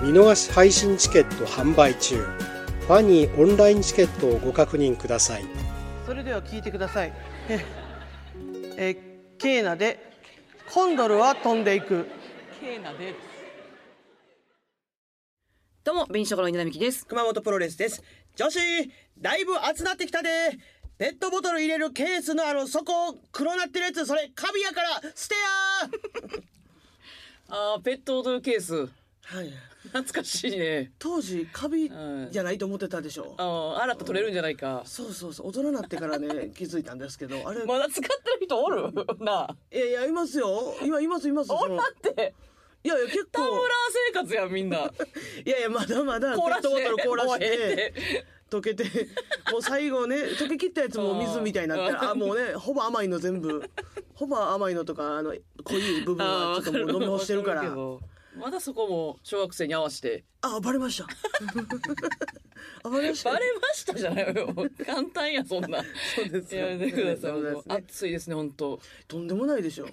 見逃し配信チケット販売中ファニーオンラインチケットをご確認くださいそれでは聞いてください えーえーケーナでコンドルは飛んでいくケーナでどうも、紅しょの稲田美希です。熊本プロレスです。女子、だいぶ熱なってきたで。ペットボトル入れるケースのあの底、黒なってるやつ、それカビやから、捨てああ、ペットボトルケース。やーはい。懐かしいね。当時、カビじゃないと思ってたでしょ。ああ、新た取れるんじゃないか。そうそうそう、大人になってからね、気づいたんですけ ど、あれ、まだ使ってる人おる なあ。いやいや、いますよ。今、います、います。そのだって、いやいや、結構タ、ムラー生活やん、みんな。いやいや、まだまだ、ペ凍らッしてトボトル凍らしもうえて、溶けて、もう最後ね、溶け切ったやつも水みたいになって、うんあ、もうね、ほぼ甘いの全部、ほぼ甘いのとか、あの、濃い部分あはーちょっともう飲み干してる からわ。るけどまだそこも小学生に合わせて。あ、バレま した。あ、バレました。バレましたじゃないよ。簡単や、そんな。そうですやよめてください。そうですねもう暑いですね、本当。とんでもないでしょ。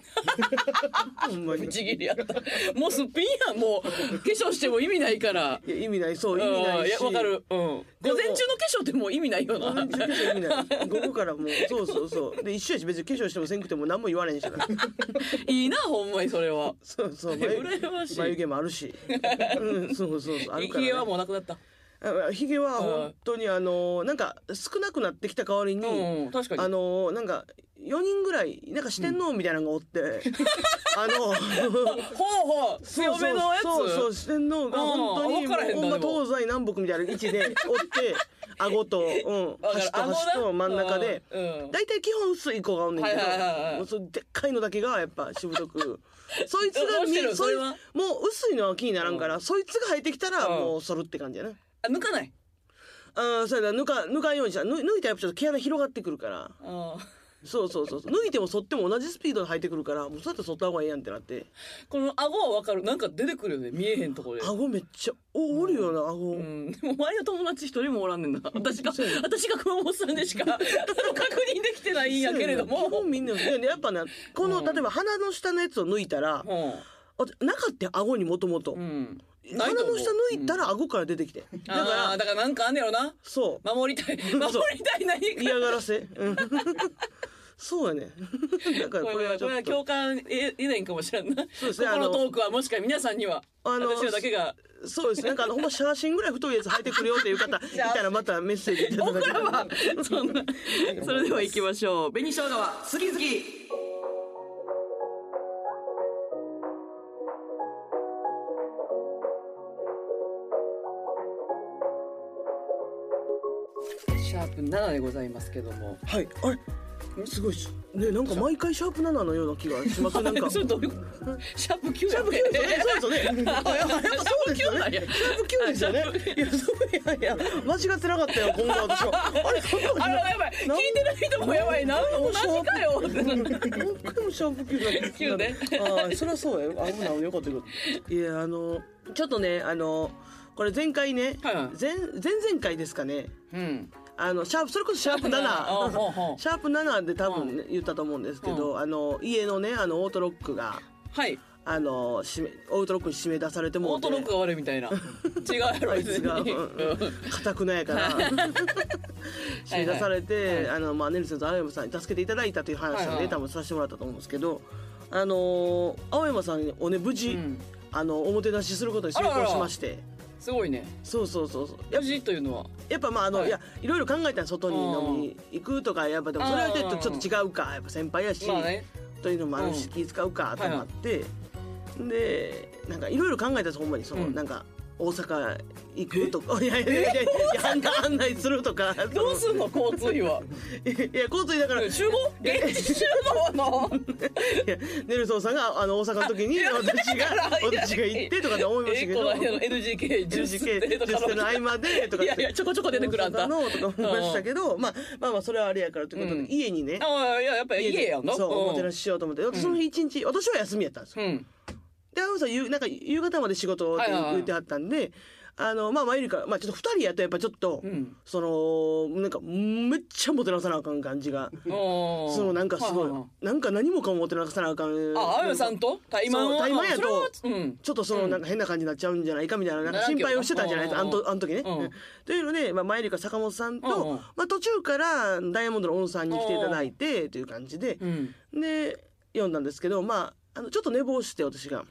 ほんまに。ぶちい切りやった。もうすっぴんやん、もう。化粧しても意味ないから。や、意味ない、そう、意味うなんいし。や、わかる。うん。午前中の化粧ってもう意味ないよ午な前。中化粧意味ない。午後からもう、そうそうそう。で、一緒やし、別に化粧してもせんくても何も言われへんしな。いいな、ほんまにそれは。そうそう。羨ましい眉毛もある し。うん、そうそうそう。あるひから、ね。げはもうなくなった。あひげは本当にあのなんか少なくなってきた代わりに、うんうん確かにあのなんか4人ぐらいなんか四天王みたいなのがおって、 あのほうほう、強めのやつ。そうそうそう四天王が本当にうんわからへんなほんまでも東西南北みたいな位置でおって顎と、うん、わかる端と端顎とな真ん中でうんうん大体、基本薄い子がおんねんけど、はいはいはいはいもうそのでっかいのだけがやっぱしぶと くそいつどがうしてるみそいそれはもう薄いのは気にならんから、そいつが生えてきたらうんもう剃るって感じやな、あ抜かない。ああそうやな抜か抜かんようにした抜抜いたらやっぱちょっと毛穴広がってくるからあーそうそうそうそう抜いても剃っても同じスピードで生えてくるからもうそうやって剃った方がいいやんってなってこの顎はわかる。なんか出てくるよね。見えへんところで。顎めっちゃおおるよな顎、うん、でも前の友達一人もおらんねんな私が私が熊本さんで しか確認できてないんやけれども基本みんなでやっぱねこの、例えば鼻の下のやつを抜いたら、あ中って顎にもともとうん、う鼻ん、ないと思うの下抜いたら顎から出てきて、だかだかららだからなんかあんねやろなそう守りたい守りたい何か嫌がらせうん そうやね だからここれれははちょっと共感得得ないんかもしれんな。そうですねここのあのトークはもしかしたら皆さんにはあの私らだけがそうですねなんかあのほんま写真ぐらい太いやつ生えてくるよ っていう方いたらまたメッセージいただけたら そんなそれでは行きましょう。紅生姜は好き好き。シャープ7でございますけどもはい、あれ、すごいっすね、なんか毎回シャープ7のような気がします。なんか。 そ それうどういうことシャープ9やってそうですよ ね。あやっぱやっぱそうですよね。シャープ9ですよね。いや、そういやいや、間違ってなかったよ、今後私は。あれ、そうあらやばい聞いてない人もやばいな同じかよってなる何回もシャープ9だ9ねああ、そりゃそうやよ。危ない、よかったよかった。いや、あの、ちょっとね、あの、これ前回ね、はいはい前、前々回ですかね。うんあのシャープそれこそシャープ あほうほ7うシャープ7で多分ね、言ったと思うんですけど、あの家のねあのオートロックがはいあの締めオートロックに締め出されてもオーうてトロックが悪いみたいな違うやろ あい別つにがかたくなやから 締め出されて、あのまあネルソンズ青山さんに助けていただいたという話をね、はいはい多分させてもらったと思うんですけどあのー青山さんをね無事、うんあのおもてなしすることに成功しましてすごいねそうそうそうそうや無事というのはやっぱまああの、はいい、やいろいろ考えたら外に飲みに行くとかやっぱでもそれはちょっとうんちょっと違うかやっぱ先輩やし、まあねというのもあるうしん気使うかと思って、でなんかいろいろ考えたんですほんまにその、うんなんか大阪行くとかいやいやいやいやいや案内案内するとかどうすんの交通費はいや交通費だから集合現地集合のいやネルソンさんがあの大阪の時に私が私が行ってとかって思いましたけえこの間ど。の NGK ジュースって NGK と出か世の合間でとかいやいやちょこちょこ出てくるあんた大阪のとか思いましたけど、まあまあまあそれはあれやからということで、うん家にねああいややっぱり家やんのそうおもてなしししようと思って私その日一日、私は休みやったんですよ、うんであのさゆなんか夕方まで仕事ってはいはいはい言ってはったんで、あのまあまあいるからまあちょっと二人やとやっぱちょっと、うんそのなんかめっちゃもてなさなあかん感じが、おーそのなんかすごい、ははなんか何もかももてなさなあかんああやさんと対マンそをう対マンやとそれはうんちょっとそのなんか変な感じになっちゃうんじゃないかみたいななんか心配をしてたんじゃないですかあうんんうんうんとあん時ね。うんうんというので、まあ、前よりか坂本さんと、うんうんまあ、途中からダイヤモンドのオンさんに来ていただいてという感じで、うんで読んだんですけど、まあ、あのちょっと寝坊して私が。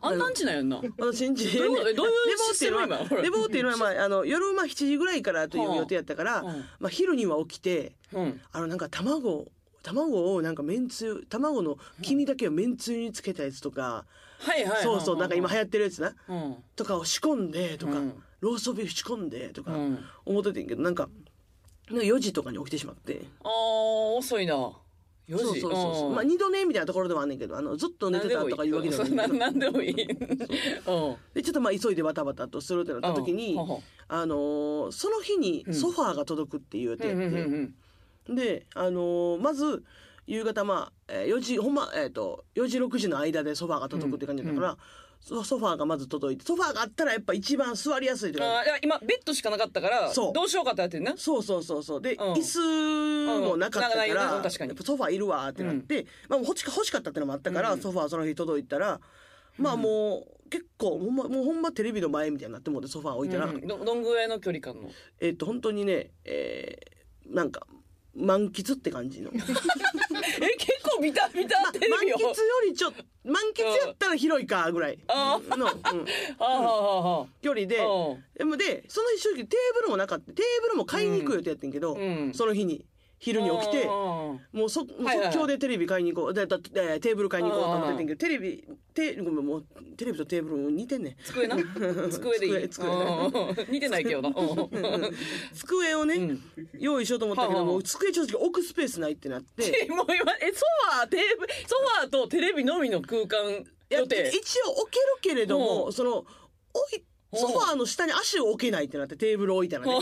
あんなんちなんやんな私んちどういうこと寝どういう坊っていうのシステ ム今は寝坊っていうのは、まあ、あの夜まあ7時ぐらいからという予定やったから、うんまあ、昼には起きてうんあのなんか卵卵をなんかめんつゆ卵の黄身だけをめんつゆにつけたやつとか、はいはいそうそうなんか今流行行ってるやつな。うんとかを仕込んでとか、うんローストビーフ仕込んでとかうん思っててんけどなんかなんか4時とかに起きてしまってあー遅いな4時そうそうそうそう、んまあ、2度寝みたいなところではあんねんけどあのずっと寝てたとかいうわけではないんだなけどんでもいい。うん。でちょっとまあ急いでバタバタとするってなった時うに、んほうほうあのーその日にソファーが届くっていう予定やって、で、あのーまず夕方まあ、えー4時ほんま、えー、と4時6時の間でソファーが届くって感じだったから、そソファーがまず届いてソファーがあったらやっぱ一番座りやすいというかあーいや今ベッドしかなかったからそうどうしようかってやってんな。そうそうそうそうで、うん椅子もなかったから、うんなんかないよな確かにやっぱソファーいるわーってなって、まあ、欲しか欲しかったってのもあったから、ソファーその日届いたらまあもう結構ほんまもうほんまテレビの前みたいになってもうてソファー置いたら、うんどどんぐらいの距離感の。えっと本当にね、えーなんか満喫って感じの満え結構見た見たテレ喫ビをよ。りちょっと満喫やったら広いかぐらいあの、あうんはあは距離であはあ。でもでその日正直テーブルもなかったテーブルも買いに行く予定やってんけど、うんうんその日に昼に起きて。うんもうそもうはいはい即興でテレビ買いに行こう、でだってえーテーブル買いに行こうと思っててんけどテレビテごめんもうテレビとテーブルも似てんねん机な 机でいい。机机うん似てないけ どな。うん机をね、うん用意しようと思ったけど、はあはあもう机正直置くスペースないって なってえもう今えソファーテーブルソファーとテレビのみの空間いや一応予置け定るけれども、うんその置いんソファーの下に足を置けないってなってテーブル置いたらね、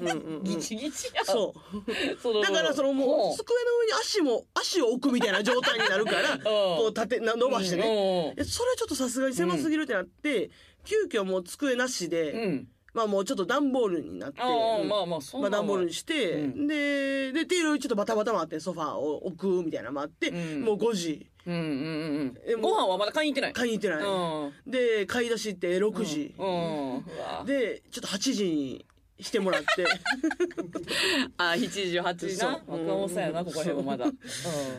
うんうんうんギチギチやそううだからそのもうほ机の上に足も足を置くみたいな状態になるからこう立てな伸ばしてね、ね。えそれはちょっとさすがに狭すぎるってなって、急遽もう机なしで、うん。まあもうちょっと段ボールになって、ああうんまあまあそんまなあんは段ボールにして、うんで、で、っていうちょっとバタバタもあって、ソファーを置くみたいなのもあって、うんもう5時、うんうんうんえうん。もうご飯はまだ買いに行ってない。買いに行ってない。うん。で、買い出し行って6時、うん。で、で、ちょっと8時にしても らって、あ、7時、8時な。そう若者さんやな、ここら辺もまだ。うん。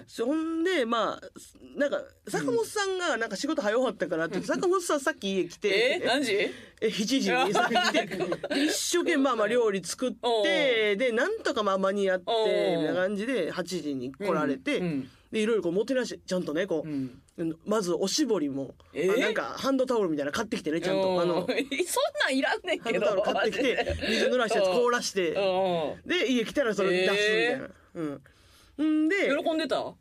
そほんで、まあ、なんか、坂本さんがなんか仕事早かったからって、坂本さんさっき家来てえ、、何時え、7時 にさ来て、で一生懸命まあまあ料理作って、で、なんとかまあ間に合って、おうみたいな感じで、8時に 来られて、うんで、いろいろこう、もてなし、ちゃんとね、こうう、ん。まずおしぼりも、えーあなんかハンドタオルみたいなの買ってきてねちゃん とあのうんそんなんいらんねんハけンど。ドタオル買ってきマてジで水濡らしたやつ凍らしうてで家来たらそれ出すみたいな、うんんでんうん。喜んでた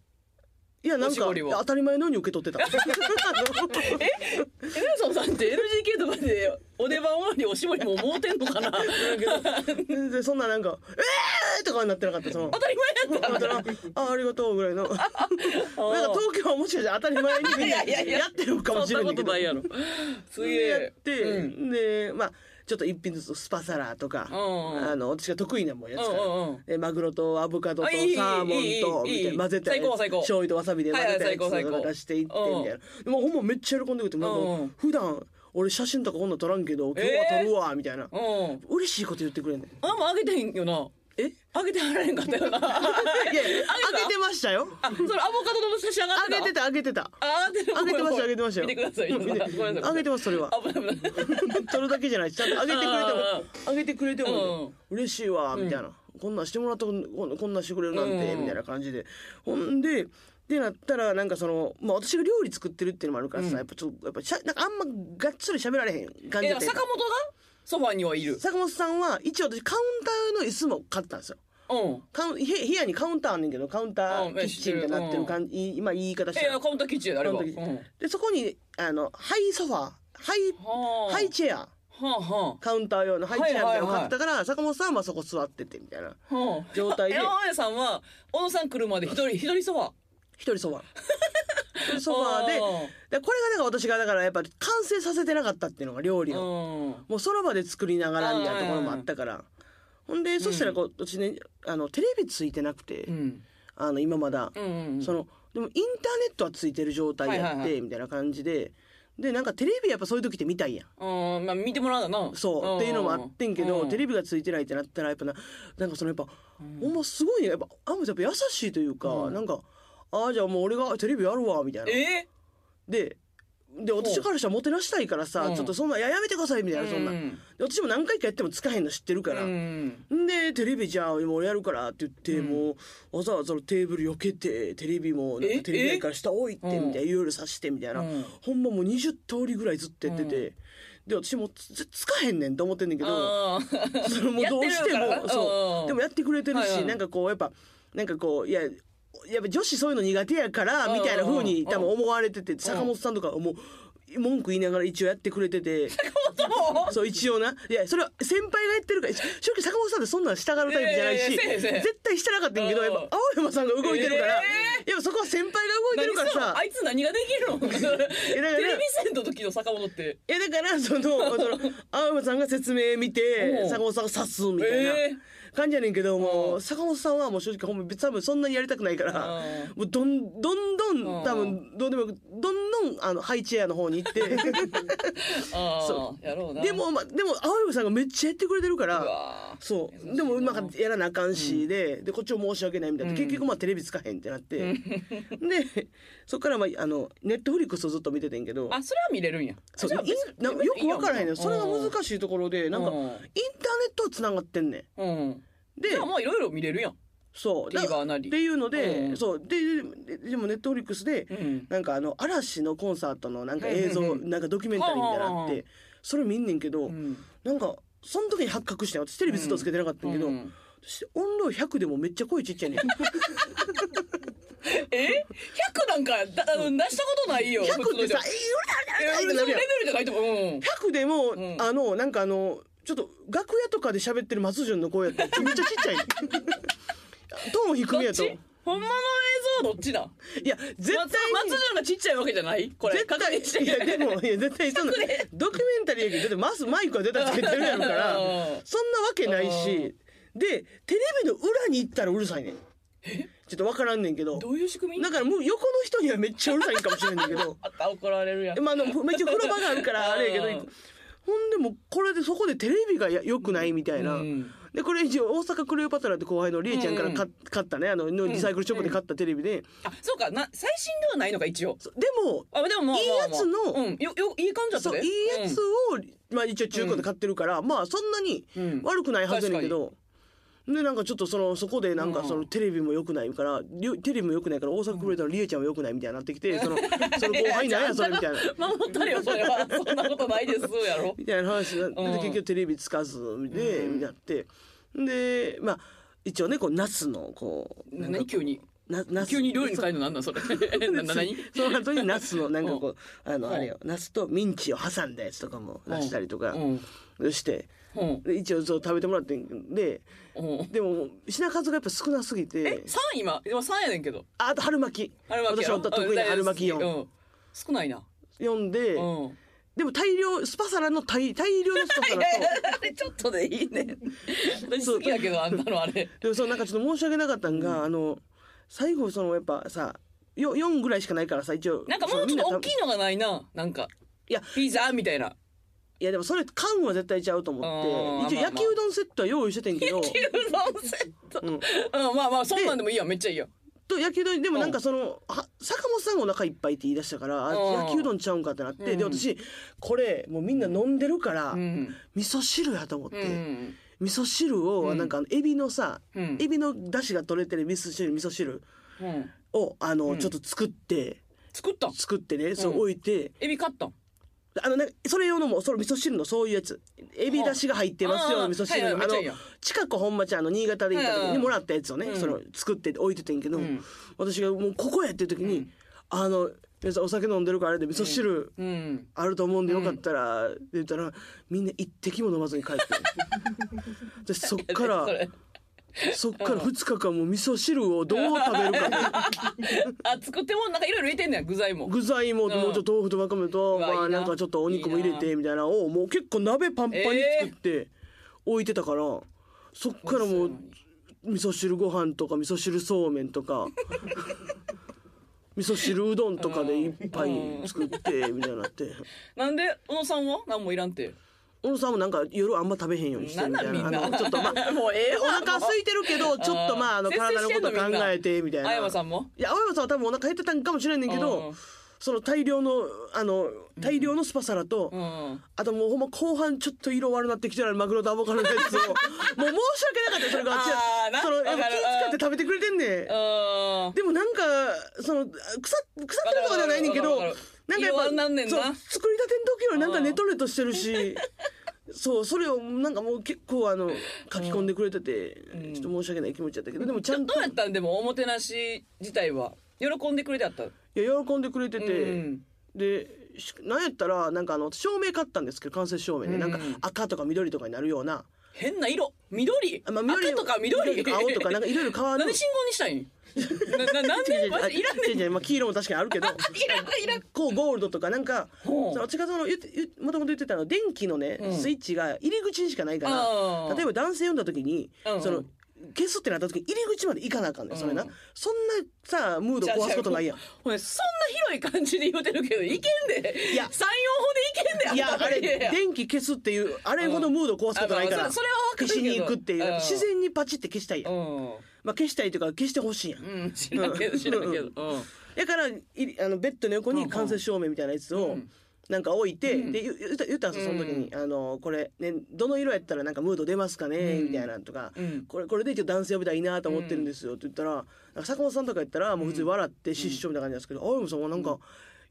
いやなんおしかぼりは当たり前のように受け取ってた えネルソンさんって NGK とかでお出番終わりおしぼりも思うてんのかな当た全然そんななんか「えー!」とかになってなかったそのり前やだっからあありがとうぐらいのなんか東京はもしかしたら当たり前にみんないやいややってるかたもそしんれななこいけとどないやろすげやっえて、うでまあちょっと一品ずつスパサラとか、うんうんあの私が得意なもんやつから、うんうんうんえマグロとアボカドとあサいいーモいいンといいみたいな混ぜたや最高つ最高醤油とわさびで混ぜたやつはいはい最高最高出していってみたいな、でもうほんまめっちゃ喜んでくれて、なんかうんうん普段俺写真とかこんなん撮らんけど今日は撮るわみたいな、うん。嬉しいこと言ってくれんねんあんまあげてへんよなえあげてはらへんかったよないやあげてましたよあそれアボカドの写真上がっあてたげてたあげてたあ上あげてましたあげてましたよよ見てくださいうん見てごめんなさいあげてますそれは危ない危ない取るだけじゃないちゃんとあげてくれてあもあげてくれても、嬉しいわみたいな、こんなんしてもらったこんこんなんしてくれるなんて、うんみたいな感じでほんでってなったらなんかその、まあ、私が料理作ってるっていうのもあるからさ、うんやっぱちょっとやっぱしゃなんかあんまがっつり喋られへん感えじだでもったやん坂か本がソファにはいる坂本さんは一応私カウンターの椅子も買ったんですよ。うんカウン部部屋にカウンターあんねんけどカウンタうんーキッチンみたいになってる感じ、いい今言い方しえたらカウンターキッチンやであれば、カうウンターん、でそこにあのハイソファーハイはあハイチェアはあはカウンター用のハイチェアみたいなのはいはい買はいったから、坂本さんはそこ座っててみたいなあはあ状態でえ青谷さんは小野さん来るまで一人一人ソファ一人ソファー 一人ソファーででこれがだから私がだからやっぱり完成させてなかったっていうのが料理うをんうんもうその場で作りながらみたいなところもあったからほんでそしたらこう私ねあのテレビついてなくて、うんあの今まだ、うんそのでもインターネットはついてる状態はやいっはいはてみたいな感じででなんかテレビやっぱそういう時って見たいやん。のうんまあ見てもらうだなそうっていうのもあってんけど、テレビビがついてないってなったらやっぱななんかそのやっぱ、ほんますごいねやっぱあんまやっぱ優しいというか、うんなんかああじゃあもう俺がテレビやるわみたいな。えでで私からしたらもてなしたいからさ、うんちょっとそんないややめてくださいみたいな、そんなうでん私も何回かやってもつかへんの知ってるから、うんでテレビじゃあもう俺やるからって言って、もうわざわざそのテーブル避けてテレビもなんえかテレビ台から下置いてみたえいないろいろさしてみたいな、うんほんまもう20通りぐらいずっとやってて、で私もつつつかへんねんと思ってんねんけどあー それもうどうしてやってるからなもうそんうでもやってくれてるし、はいはいなんかこうやっぱなんかこういややっぱ女子そういうの苦手やからみたいな風うんうんにうん多分思われてて坂本さんとかはもう文句言いながら一応やってくれてて。 そうそう一応ないやそれは先輩がやってるからし正直坂本さんってそんなん従うタイプじゃないしいやいやいやせやせや絶対してなかったんやけどうやんっぱ青山さんが動いてるから、やっぱそこは先輩が動いてるから何ささあいつ何ができるの テらレビ線の時の坂本ってえだからそのその青山さんが説明見てうん坂本さんが指すみたいなえ感じやねんけども、うん坂本さんはもう正直ほんま別に多分そんなにやりたくないから。うんもうどんどんどうんん多分どうでもよくどんどんあのハイチェアの方に行って あそあやろうなでも、まあ、でも青山さんがめっちゃやってくれてるかうらわーそうでもなんかやらなあかんし、ででこっちも申し訳ないみたいな、うん結局まあテレビつかへんってなって、でそっからまああのネットフリックスをずっと見ててんけどあそれは見れるんやそうじゃあいなよく分からへんねんそれがし難しいところでいなんかインターうネットはつながってんねうんんでじゃあまあいろいろ見れるやんそうだ TVer なりっていうので、うんそうでででもネットフリックスでうんなんかあの嵐のコンサートのなんか映像、うんうんうんなんかドキュメンタリーみたいなのあっはあはあはてそれ見んねんけど、うんなんかその時に発覚して私テレビずっとつけてなかったんやけど、うん私音量100でもめっちゃ声ちっちゃいねん100え100なんかだあの出したことないよってさ「普通の人えー、え俺だ俺だ!」ってな俺そのるレやんベルじゃないと思ううん100でも、んあのなんかあのちょっと楽屋とかで喋ってる松潤の声やったらめっちゃちっちゃいねんトーン低めどっやとちいほんまの映像どっちだや絶対松松潤がちっちゃいわけじゃないこれ絶確認して対いやでもいや絶対そんなドキュメンタリーやけどだってマスマイクは出たらつけてるやろから うんそんなわけないしでテレビの裏に行ったらうるさいねんちょっとわからんねんけどどういう仕組みだからもう横の人にはめっちゃうるさいんかもしれんねんけ どあった怒られるやんまあ、あの、めっちゃ風呂場があるから、あれやけどうん、ほんでもうこれでそこでテレビがや良くないみたいな。うんで、これ一応大阪クレオパトラって後輩のりえちゃんからか買ったね、あの、のリサイクルショップで買ったテレビで。あそうかな最新ではないのか一応そうでも、あでもまあいいやつのまあまあうんよよいい感じだったそう、でいいやつを、まあ一応中古で買ってるから、まあそんなにうん悪くないはずやねんけど。で、なんかちょっとその、そこでなんかそのテレビも良くないから、りょテレビも良くないから大阪クレオパトラのりえちゃんも良くないみたいになってきて、その、その後輩なんやそれみたい な。うん守ったれよそれはそんなことないですやろみたいな話になって、うんで結局テレビつかずで、うんやってでまあ一応ねこうナスのこうなんか何急になナス急に料理に変えるのなんなんそれなな何 その後にナスのなんかこうあ うのんあれよナスとミンチを挟んだやつとかも出したりとかうんしてうんで一応そう食べてもらってんでうんでも品数がやっぱ少なすぎえて三今でも三やねんけどああと春巻き春巻き私やろは得意うんな春巻きう4ん少ないな読んでうんでも大量スパサラの大大量のス パサラと。あれちょっとでいい ね私好きやけどあんなのあれでもそのなんかちょっと申し訳なかったんが、あの最後そのやっぱさよ4ぐらいしかないからさ一応なんかもうちょっと大きいいのがないななんかいやピザみた いないやでもそれ缶は絶対ちゃうと思っあーて一応焼きうどんセットは用意しててんけ ど、牛丼セットうんまあまあそんなんでもいいやんめっちゃいいやんと焼きうどんでもなんかその、は坂本さんがお腹いっぱいって言い出したから、あうん焼きうどんちゃうんかってなって、でうん私これもうみんな飲んでるから、うん味噌汁やと思って、うん味噌汁をなんかあのエビのさ、うんエビの出汁が取れてる味噌汁味噌汁うんをあの、うんちょっと作って作ったん作ってねそううん置いて、エビ買ったんあのなんかそれ用のもその味噌汁のそういうやつエビだしが入ってますよあー味噌汁の、はいはいめっちゃいいあやんの近く本町あの新潟で行ったはい時はいにもらったやつをね、うんその作って置いててんけど、うん私がもうここやっていう時に、うんあの皆さんお酒飲んでるからあれで味噌汁うんあると思うんでよかったら、って言ったらみんな一滴も飲まずに帰って でそっからそれ そっから2日間もう味噌汁をどう食べるかね あ作ってもなんかいろいろ入れてんねん具材も具材ももうちょっと豆腐とわかめと、うわまいあいななんかちょっとお肉も入れてみたいなのをもう結構鍋パンパンに作って置いてたから、そっからもう味噌汁ご飯とか味噌汁そうめんと か味噌汁うどんとかでいっぱい作ってみたいになってなんで小野さんは何もいらんて小野さんもなんか夜あんま食べへんようにしてるみたいななんなんみんなあのちょっ とまあもうええお腹空いてるけどちょっとまああの節制体のしてこんのと考えてみたいな青山さんもいや青山さんは多分お腹減ってたんかもしれんねんけうどんその大量のあの大量のスパサラと、うんあともうほんま後半ちょっと色悪なってきてるマグロとアボカ ドのやつをもう申し訳なかったよそれがあっちやあーなそのやっぱわか気る使って食べてくれてんねんうんでもなんかその腐っ腐ってるとかじゃないねんけどわかるなわんかるかやっ色ぱ々なんねんなそう作りたての時よりなんかネトネトして るしそうそれをなんかもう結構あの書き込んでくれてて、ちょっと申し訳ない気持ちだったけどでもちゃんとどうやったんでもおもてなし自体は喜んでくれてあったいや喜んでくれてて、うんでしなんやったらなんかあの照明買ったんですけど間接照明で、なんか赤とか緑とかになるような、変な色緑、あまあ緑赤とか緑とか青とかなんかいろいろ変わ なんるで信号にしたいんなななん違う違でうマあジいらんねん違う違うまあ黄色も確かにある けどこうゴールドとかなんかほうその近その言って言ってもともと言ってたの電気のね、うんスイッチが入り口にしかないかあーら例えば男性読んだ時に、うんその消すってなった時に入り口まで行かなあかんねんそれな、うんそんなさムード壊すことないやんほんでそんな広い感じで言うてるけどいけんでいや34歩でいけんでいやんたあれいやいや電気消すっていうあれほどムード壊すことないうんかあまあらそれはわかるけ消どしに行くっていううん自然にパチって消したいやん、うまあ、消したいというか消してほしいやんんうん知らんけど知らんけどうんだからいあのベッドの横に間接照明みたいなやつをなんか置いて、で言言った言ったんですよその時に、あのこれ、ね、どの色やったらなんかムード出ますかね、みたいなのとか、んこれこれで一応男性呼びたいなと思ってるんですよって言ったらなんか坂本さんとかやったらもう普通に笑って失笑みたいな感じなんですけど、青山さんはなんか。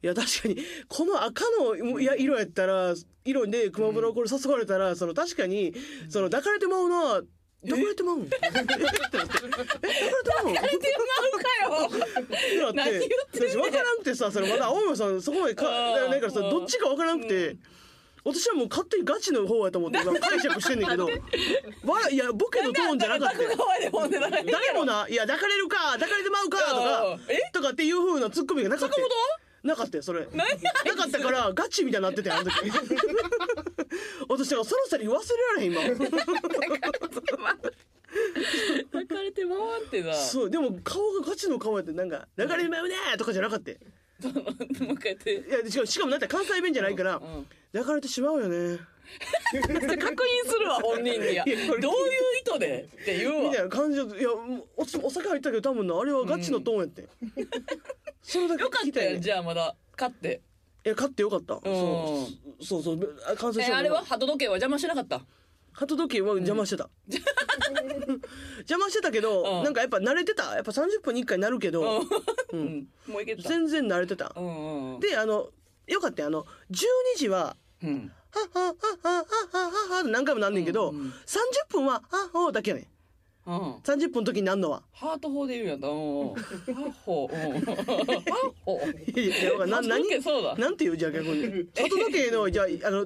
いや確かにこの赤のいや色やったら色で熊本のこれ誘われたらその確かにその抱かれてまうな抱かれてま うんえってなってえ抱かれてまうん出てまうかよってなっ何言っててんねん私分からんくてさそれまだ青山さんそこまでかあーないからさうんどっちか分からんくて。私はもう勝手にガチの方やと思って今解釈してんねん けどわいやボケのトーンじゃなかったよかわいいほん で誰誰もないや抱かれるか抱かれてまううかんとかえとかっていう風なツッコミがなかったよ坂なかったよそれな何かったからガチみたいになってたよあ の時私だからそのセリフ忘れられへん今抱かれてまわんってなそうでも顔がガチの顔やってなんか「抱かれてまうね」とかじゃなかったよもう一回やっていやしかもしかもだって関西弁じゃないから、うん抱かれてしまうよねそれ確認するわ本人にはどういう意図でって言うみわたいな感じでいやもうおお酒入ったけど多分なあれはガチのトーンやって、それだけよか聞っきたたい、よね、じゃあまだ勝っていや勝ってよかった、うんそうそうそうあ感染え症あれは鳩時計は邪魔しなかった鳩時計は邪魔してた、 邪魔してたけど、うんなんかやっぱ慣れてたやっぱ30分に1回なるけど、うんもういけた全然慣れてた、うんうんであのよかったよあの12時はうん「はっはっはっはっはっはっは」って何回もなんねんけど、うんうん30分は「はっは」だけやねんうん30分の時になんの は。ハート法で言うんやったうんうんハーホうんハーホいやいやだからな鳩時計何そうだなんていうじゃあ逆に。鳩時計のじゃああの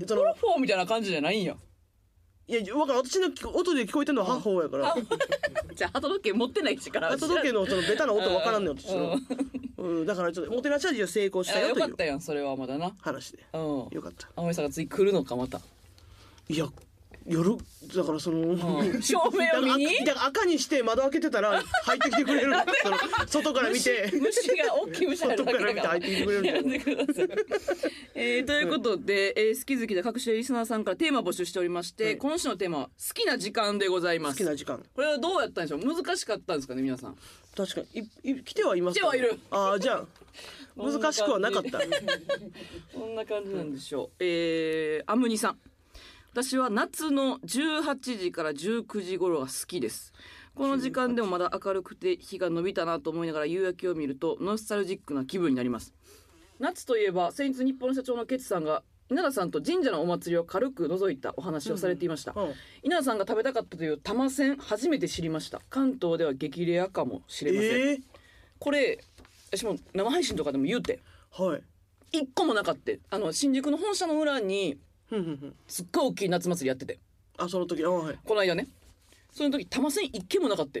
そプロのフォーみたいな感じじゃないんやいやわからん私の聞こ音で聞こえてるのは母方やから。じゃあ鳩時計持ってないしから鳩時計のそのベタな音わからんのよ私のう。うんだからちょっとモテなしは成功したあよよとかいっうたやんそれはまだな話でうんよかった。青井さんが次来るのかまたいや夜だからその。うん照だ明かを見らに赤だから赤にして窓開けてたら入ってきてくれ るその外から見て虫が大きい虫あるだけだから外から見て入ってきてくれるんだよやめてくださいえーということで、えー好き好きな各種リスナーさんからテーマ募集しておりまして、はいこの週のテーマは好きな時間でございま好すきな時間これはどうやったんでしょう難しかったんですかね皆さん確かにいい来てはいますか来てはいるああじゃあ難しくはなか ったこんな感じなんでしょう、えーアムニさん私は夏の18時から19時頃が好きですこの時間でもまだ明るくて日が伸びたなと思いながら夕焼けを見るとノスタルジックな気分になります夏といえば先日日本の社長のケツさんが稲田さんと神社のお祭りを軽く覗いたお話をされていました、うん稲田さんが食べたかったという玉せ初めて知りました関東では激レアかもしれません、ええこれ私も生配信とかでも言うてはい一個もなかったあの新宿の本社の裏にふんふんふんすっごい大きい夏祭りやっててあその時あはいこの間ねその時玉せん一軒もなかった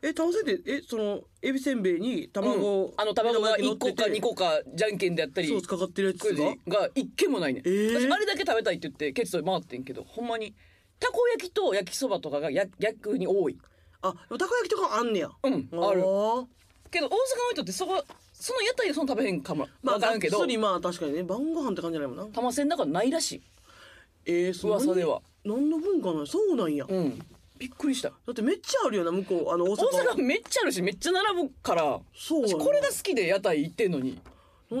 え倒せてえそのエビせんべいに卵、うんあの卵が目1玉個焼きか2個かじゃんけんでやったりソースかかってるやつクイズがが一軒もないね、えー私あれだけ食べたいって言ってケツと回ってんけどほんまにたこ焼きと焼きそばとかがや逆に多いあでもたこ焼きとかあんねやうんあるーけど大阪の人ってそこその屋台でその食べへんかもまあ分からんけがっどつりまあ確かにね晩ご飯って感じじゃないもんな玉せんなんかないらしいえー、そんなに噂では何の文化なのそうなんや、だうんびっくりしたってめっちゃあるよな向こうあの大阪大阪めっちゃあるしめっちゃ並ぶからそうや私なこれが好きで屋台行ってんのになん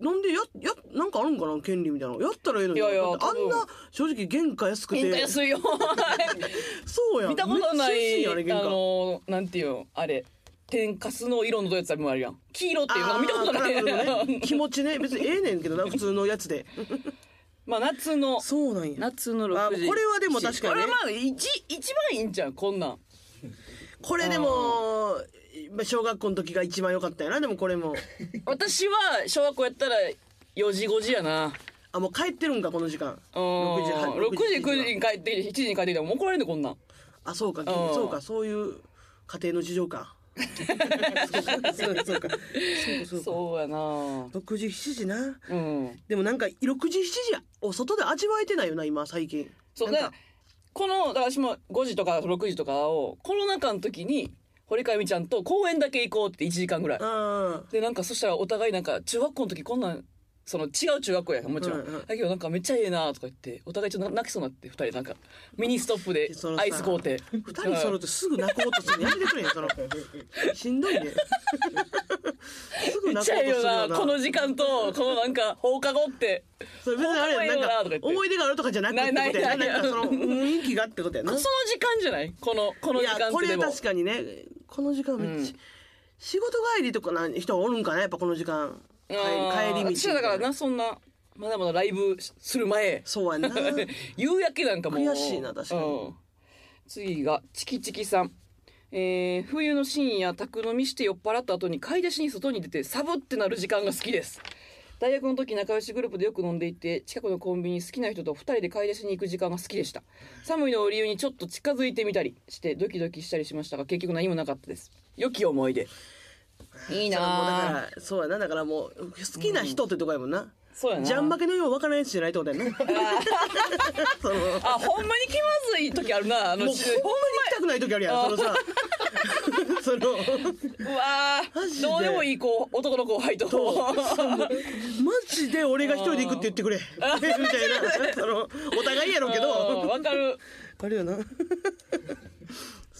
なんでややなんかあるんかな権利みたいなのやったらええのにいやいやだってあん多な正直原価安くて喧嘩安いよそうやん見たことなめっちゃ安いい、やんああれ原価の、なんていうの、あれ。天かすの色のどうやつあるやんやん。黄色っていうのあがー見たことない。カラフルのね気持ちね別にええねんけどな普通のやつで まあ、夏の。そうなんや夏のあ6時。これはでも確かにねこれはまあ、一、一番いいんじゃん、こんなん。これでもまあ小学校の時が一番良かったよなでもこれも私は小学校やったら、4時5時やな。あもう帰ってるんかこの時間うん。6 6時半時、9時に帰ってきて、7時に帰ってきたらもう怒られるね、こんなん。あそうかんそうかそういう家庭の事情かそうかそうかそうかそうかそうやな。 6時7時なうん。でもなんか6時7時を外で味わえてないよな今最近そうなだんかからこのだから私も5時とか6時とかをコロナ禍の時に堀川由美ちゃんと公園だけ行こうって1時間ぐらいうんでなんかそしたらお互いなんか中学校の時こんなんその違う中学校やもちろん、うんうんだけどなんかめっちゃええなとか言ってお互いちょっと泣きそうになって2人なんかミニストップでそのさアイス買うて二人揃ってすぐ泣こうとするのやめてくれ よそのしんどいねすぐめっ泣ちこうとすゃええるよよななこの時間とこのな んか放課後ってそれ別にあれやん放課後やよななとんかか言って思い出があるとかじゃなくてってなこいとやなないななんいかその雰囲気がってことやそなの時間じゃないこのこのい時や間っこてれではも確かにねこの時間めっちゃ、仕事帰りとかな人がおるんかなやっぱこの時間帰あーり帰り私道はみただからいななそんなまだまだライブする前そうや んな夕焼けなんかもう悔しいな確かにうん次がチキチキさんえー冬の深夜宅飲みして酔っ払った後に買い出しに外に出てサブってなる時間が好きです大学の時仲良しグループでよく飲んでいて近くのコンビニ好きな人と2人で買い出しに行く時間が好きでした寒いのを理由にちょっと近づいてみたりしてドキドキしたりしましたが結局何もなかったです良き思い出いいそれもうだなからそうやなだからもう好きな人ってとこやもんな、そうやなジャン負けのよう分からんやつじゃないってことやな そのあほんまに気まずい時あるなあのもうほんまに行きたくない時あるやんそのさそのうわマジでーどうでもいい子男の後輩とマジで俺が一人で行くって言ってくれみたいなそのお互いやろうけうんどわかるあるよないれな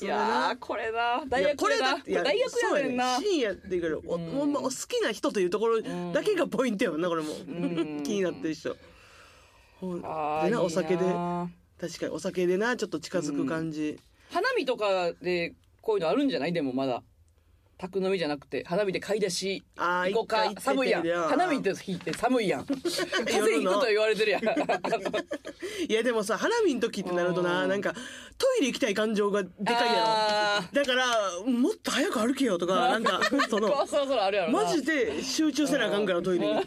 やーこれな大いや学やなっていや大学やねんなそう深夜っていうけどおほんまお好きな人というところだけがポイントやもんなこれも気になってる人ほんであーいいなお酒でな確かにお酒でなちょっと近づく感じ花見とかでこういうのあるんじゃないでもまだ宅飲みじゃなくて花見で買い出しあー行こうか一回行って寒いやテレんビで花見って引いて寒いや ん風邪ひくと言われてるやんいやでもさ花見の時ってなるとななんかトイレ行きたい感情がでかいやあろだからもっと早く歩けよとか なんかそーのそうそうそうあるやろなマジで集中せなあかんからトイレに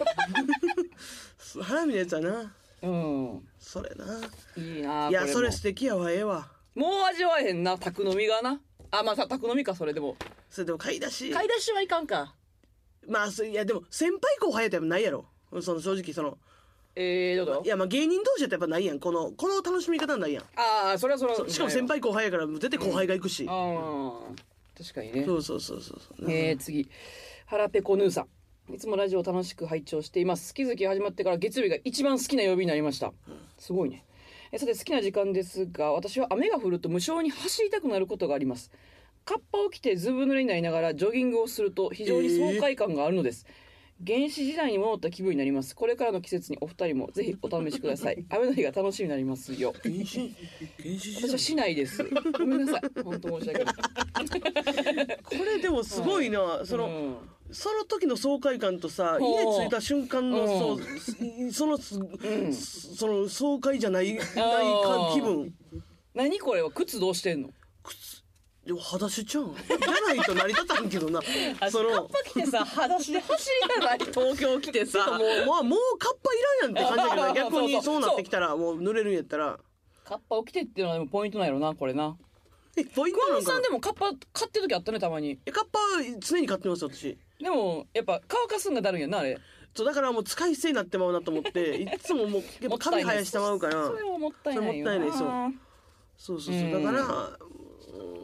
花見のやつはなうんそれないいなあいやこもそれ素敵やわええわもう味わえへんな宅飲みがなあまあた宅飲みかそれでもそれでも買い出し買い出しはいかんかまあそいやでも先輩後輩やったらないやろその正直そのえー、どうぞいやまあ芸人同士やったらやっぱないやんこのこの楽しみ方はないやんああそれはそれはしかも先輩後輩やから絶対後輩が行くし、うん確かにねそうそうそうそうそうえー、次腹ペコヌーさんいつもラジオ楽しく拝聴しています月々始まってから月曜日が一番好きな曜日になりましたすごいねえさて好きな時間ですが私は雨が降ると無性に走りたくなることがありますカッパを着てずぶ濡れになりながらジョギングをすると非常に爽快感があるのです、原始時代に戻った気分になりますこれからの季節にお二人もぜひお試しください雨の日が楽しみになりますよ原始原始時私は代市内ですごめんなさい本当申し訳ないこれでもすごいな、その、うんその時の爽快感とさほう家着いた瞬間のそううそのすんその爽快じゃないないあーか気分何これは靴どうしてんのでも裸足ちゃうんじゃないと成り立たんけ どなそのもう来てさ裸足で走りながら東京来てさまあもうカッパいらんやんって感じだけど逆 そうそうにそうなってきたらもう濡れるんやったらカッパを着てっていうのはでもポイントなんやろなこれなポイント桑な野んかさなんいでもカッパ買ってる時あったねたまにやカッパ常に買ってます私でもやっぱ乾かすんがだるいんやなあれそうだからもう使い捨てになってまうなと思っていっつももうやっぱ髪生やしてまうからそれはもったいないよそれもったいないそうそうそうだから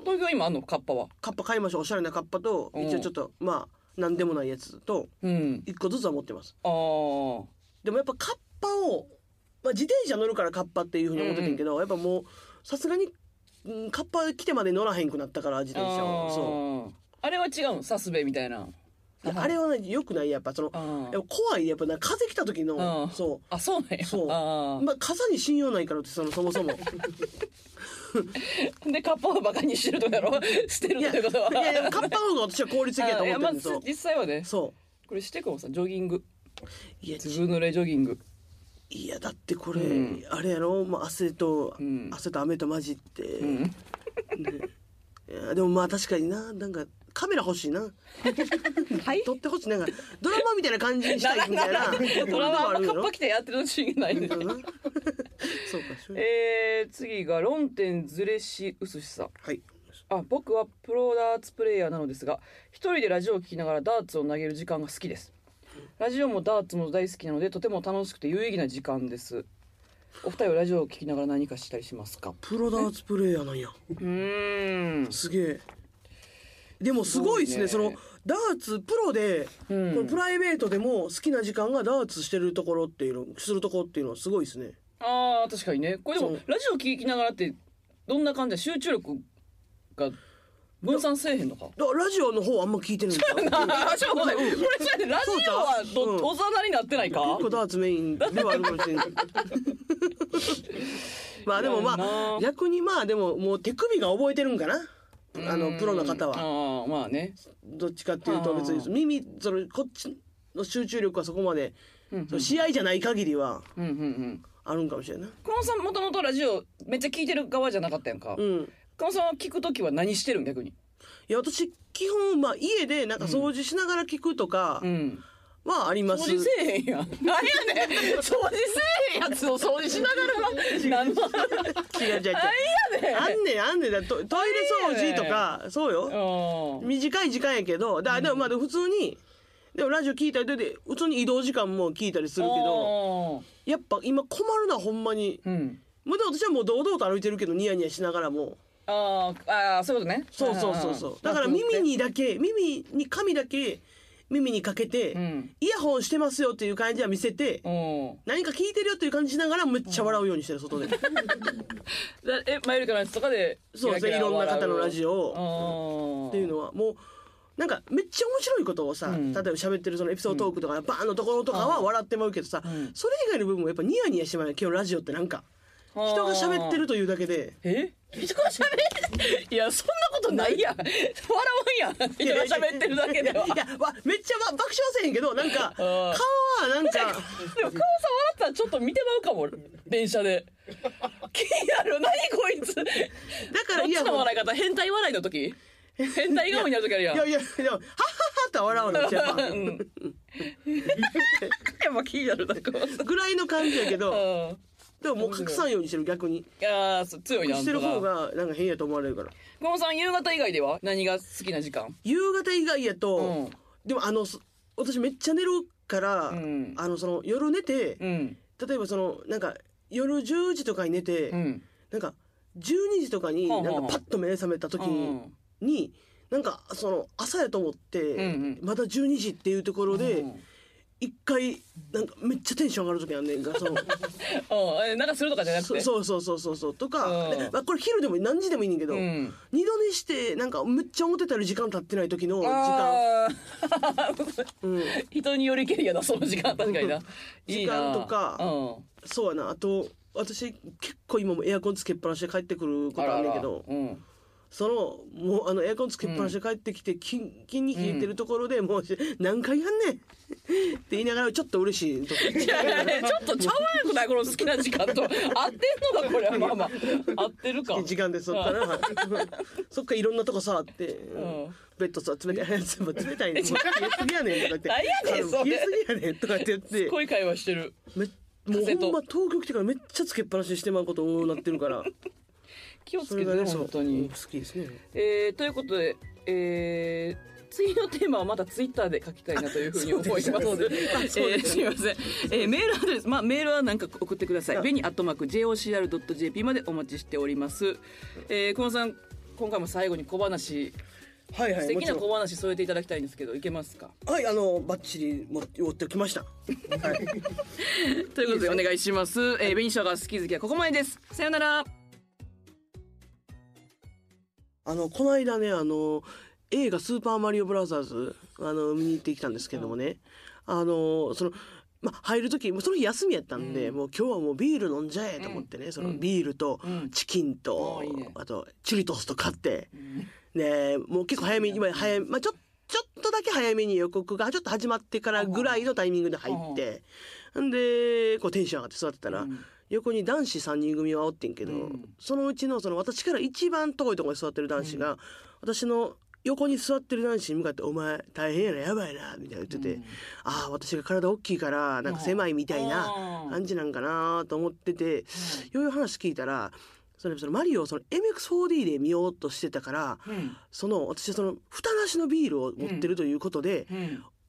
東京今あんのカッパはカッパ買いましょうおしゃれなカッパとうん一応ちょっとまあなんでもないやつとうん一個ずつは持ってますああでもやっぱカッパを、まあ、自転車乗るからカッパっていうふうに思っててんけど、やっぱもうさすがに、うん、カッパ来てまで乗らへんくなったから自転車をそあーあれは違うのサスベみたいなうあれはねよくないやっぱそのあーやっぱ怖いやっぱな風来た時うんのそあそうなんやそうあうまあ傘に信用ないからってそのそもそもーでカッパをバカ にしてるとかやろ捨てるいやということはいやいやカッパの方が私は効率的やと思ってるんあいやですまあよ実際はねそうこれしてこうさジョギングいやずぶ濡れジョギングいやだってこれ、うんあれやろ、まあ、汗と、うん汗と雨と混じって、うんいやでもまあ確かにななんかカメラ欲しいな、はい撮ってほしいなんかドラマみたいな感じにしたいみたいなドラマあんまカッパ来着てやってるシーンがないてねそうかしらえー、次が論点ずれしうすしさんはいあ僕はプロダーツプレイヤーなのですが一人でラジオを聴きながらダーツを投げる時間が好きですラジオもダーツも大好きなのでとても楽しくて有意義な時間ですお二人はラジオを聴きながら何かしたりしますかプロダーツプレイヤーなんやうーんすげえでもすごいですねすごいそねのダーツプロで、うんこのプライベートでも好きな時間がダーツしてるところっていうのするところっていうのはすごいですねあー確かにねこれでもそうラジオ聴きながらってどんな感じだ集中力が分散せえへんのかだラジオの方あんま聞いてるんですよあちょっと待ってこれじゃねラジオはそうだどおざなりになってないか結構ダーツメインではあるかも しれないまあでもまいやなあ逆にまあでももう手首が覚えてるんかなあのプロの方あはーまあねどっちかっていうと別あにー耳そのこっちの集中力はそこまでその試合じゃない限りはうんうんうんあるんかもしれんない熊本さんもともとラジオめっちゃ聞いてる側じゃなかったやんか、うん熊本さんは聞くときは何してるん逆にいや私基本まあ家でなんか掃除しながら聞くとかうんはあり掃ます、除せ えへんやん何やねん掃除せえへんやつを掃除しながら何の違う違う違う何やねんあんねんあんねんだトトイレ掃除とかそうようん短い時間やけどだでもまあでも普通にでもラジオ聞いたりで普通に移動時間も聞いたりするけどやっぱ今困るなほんまにうんもうでも私はもう堂々と歩いてるけどニヤニヤしながらもあーあーそういうことねそうそうそうそうだからうん耳にだけ耳に髪だけ耳にかけて、うんイヤホンしてますよっていう感じは見せて、うん何か聞いてるよっていう感じしながらめっちゃ笑うようにしてる外で、だえマユリカのやつとかでそうですねキラキラ笑いろんな方のラジオをっていうのはもうなんかめっちゃ面白いことをさ、ん例えば喋ってるそのエピソードトークとか、バーンのところとかは笑ってまうけどさ、んそれ以外の部分もやっぱニヤニヤしてまうよ今日ラジオってなんか人が喋ってるというだけでえ人が喋って いやそんなことないやん笑わんやん人が喋ってるだけではいやわめっちゃわ爆笑せへんけどなんか顔はなんかでも顔さん笑ったらちょっと見てまうかも電車で気になる何こいつどっだからいやちいやの笑い方変態笑いの時変態顔になる時あるやんいやいやでもはっはっはって笑うのやっうんぱやっぱ気になるなこうぐらいの感じやけどさでももう隠さんようにしてる逆にいやーそう強いなしてるあ方んたがなんか変やと思われるから熊本さん夕方以外では何が好きな時間夕方以外やうんとでもあのそ私めっちゃ寝るからんあのその夜寝てうん例えばそのなんか夜10時とかに寝てうんなんか12時とかにほうなほうほうんかパッと目覚めた時うんになんかその朝やと思ってんまだ12時っていうところでうん一回なんかめっちゃテンション上がる時あんねんかそ のうんえなんかするとかじゃなくそてそうそうそうそうそうとか、うんでまあ、これ昼でもいい何時でもいいねんけど、ん二度寝してなんかめっちゃ思ってたより時間経ってない時の時間、あうーん、人によりけりやなその時間確かにな時間いいなとかうんそうやなあと私結構今もエアコンつけっぱなしで帰ってくることあんねんけどあらあらうんそのもうあのエアコンつけっぱなしで帰ってきてキンキンに冷えてるところでもう何回やん ねんって言いながらちょっと嬉しいといやいやいやちょっとちゃわなくないこの好きな時間と合ってんのかこれはまあまあ合ってるか時間でそっから そっからいろんなとこ触って、んベッドさ冷たい全部冷 たいねもう冷えすぎやねんとか言って何やねんそれ冷えすぎやねんとかって言ってこういう会話してるめもう風とほんま東京来てからめっちゃつけっぱなししてまうこと多なってる から気をつそけれてがねねそう本当に好きですねえーということで、えー次のテーマはまたツイッターで書きたいなという ふうに思いますので、えあそうでーすみません、えーメールアドレス、まあ、メールはなんか送ってください、ベニアットマーク JOCR.jp までお待ちしております。えー、久野さん、今回も最後に小話、はいはい素敵なもちろん小話添えていただきたいんですけど、いけますかはいあのバッチリ持って持ってきましたはいということで、お願いします。えー、ベニショーが好き好きはここまでです。さよなら。あのこの間ねあの映画「スーパーマリオブラザーズ」あの見に行ってきたんですけどもね、あのその、ま、入る時もうその日休みやったんで、もう今日はもうビール飲んじゃえと思ってね、そのビールとチキンと、あーいいねあとチュリトスと買って、ねもう結構早めに今早め、まあ、ちょちょっとだけ早めに予告がちょっと始まってからぐらいのタイミングで入って、んでこうテンション上がって座ってたら、横に男子3人組はおってんけど、そのうちのその私から一番遠いところに座ってる男子が、私の横に座ってる男子に向かって「お前大変やなやばいな」みたいな言ってて「ああ私が体大きいからなんか狭いみたいな感じなんかな」と思ってて、よういう話聞いたら。そのそのマリオをその MX4D で見ようとしてたから、その私はその蓋なしのビールを持ってるということで、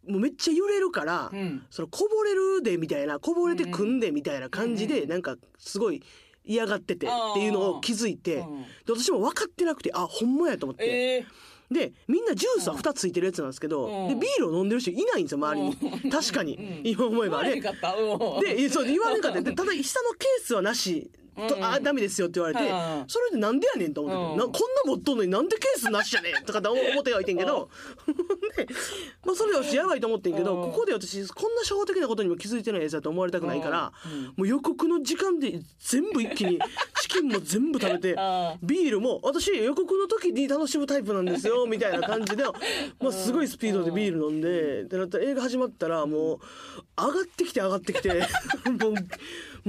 もうめっちゃ揺れるから、そのこぼれるでみたいなこぼれてくんでみたいな感じで、なんかすごい嫌がっててっていうのを気づいて、で私も分かってなくてあほんまやと思って。えーでみんなジュースは2つついてるやつなんですけど、うんでビールを飲んでる人いないんですよ周りに確かに、今思えばあれ悪かった。うんでいやそう言わな かったでただ下のケースはなしと、あダメですよって言われて、うんそれでなんでやねんと思って、うんなこんな持っとんのになんでケースなしやねんとかって思ってはいてんけど、 でまあ、それで私やばいと思ってんけど、うんここで私こんな初歩的なことにも気づいてないやつだと思われたくないから、もう予告の時間で全部一気にチキンも全部食べて うビールも私予告の時に楽しむタイプなんです よみたいな感じで、まあ、すごいスピードでビール飲んでってなったら映画始まったらもう上がってきて上がってきて もう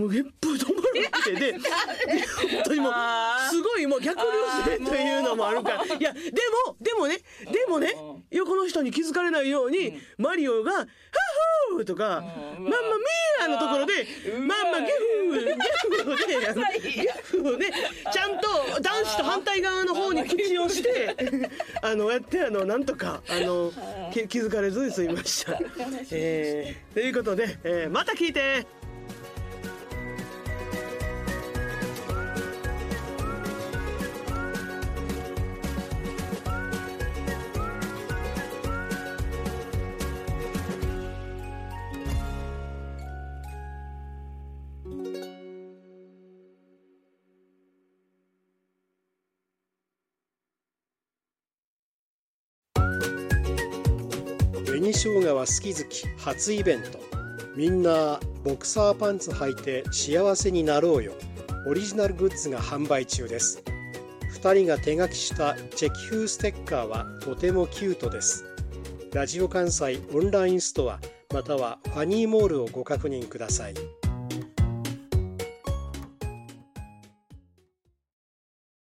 もうゲップ止まらなくてでで本当にもうすごいもう逆流性というのもあるから いやでもでもねでもね横の人に気づかれないように、マリオが「ハッフー!」とか「マンマミー!」のところで「マンマギフー!」ギフーであのギフーでちゃんと男子と反対側の方に口をして あのやってあのなんとかあの気気づかれずに済みま した。えーということで、えーまた聞いて紅生姜は好き好き初イベントみんなボクサーパンツ履いて幸せになろうよオリジナルグッズが販売中です2人が手書きしたチェキ風ステッカーはとてもキュートですラジオ関西オンラインストアまたはファニーモールをご確認ください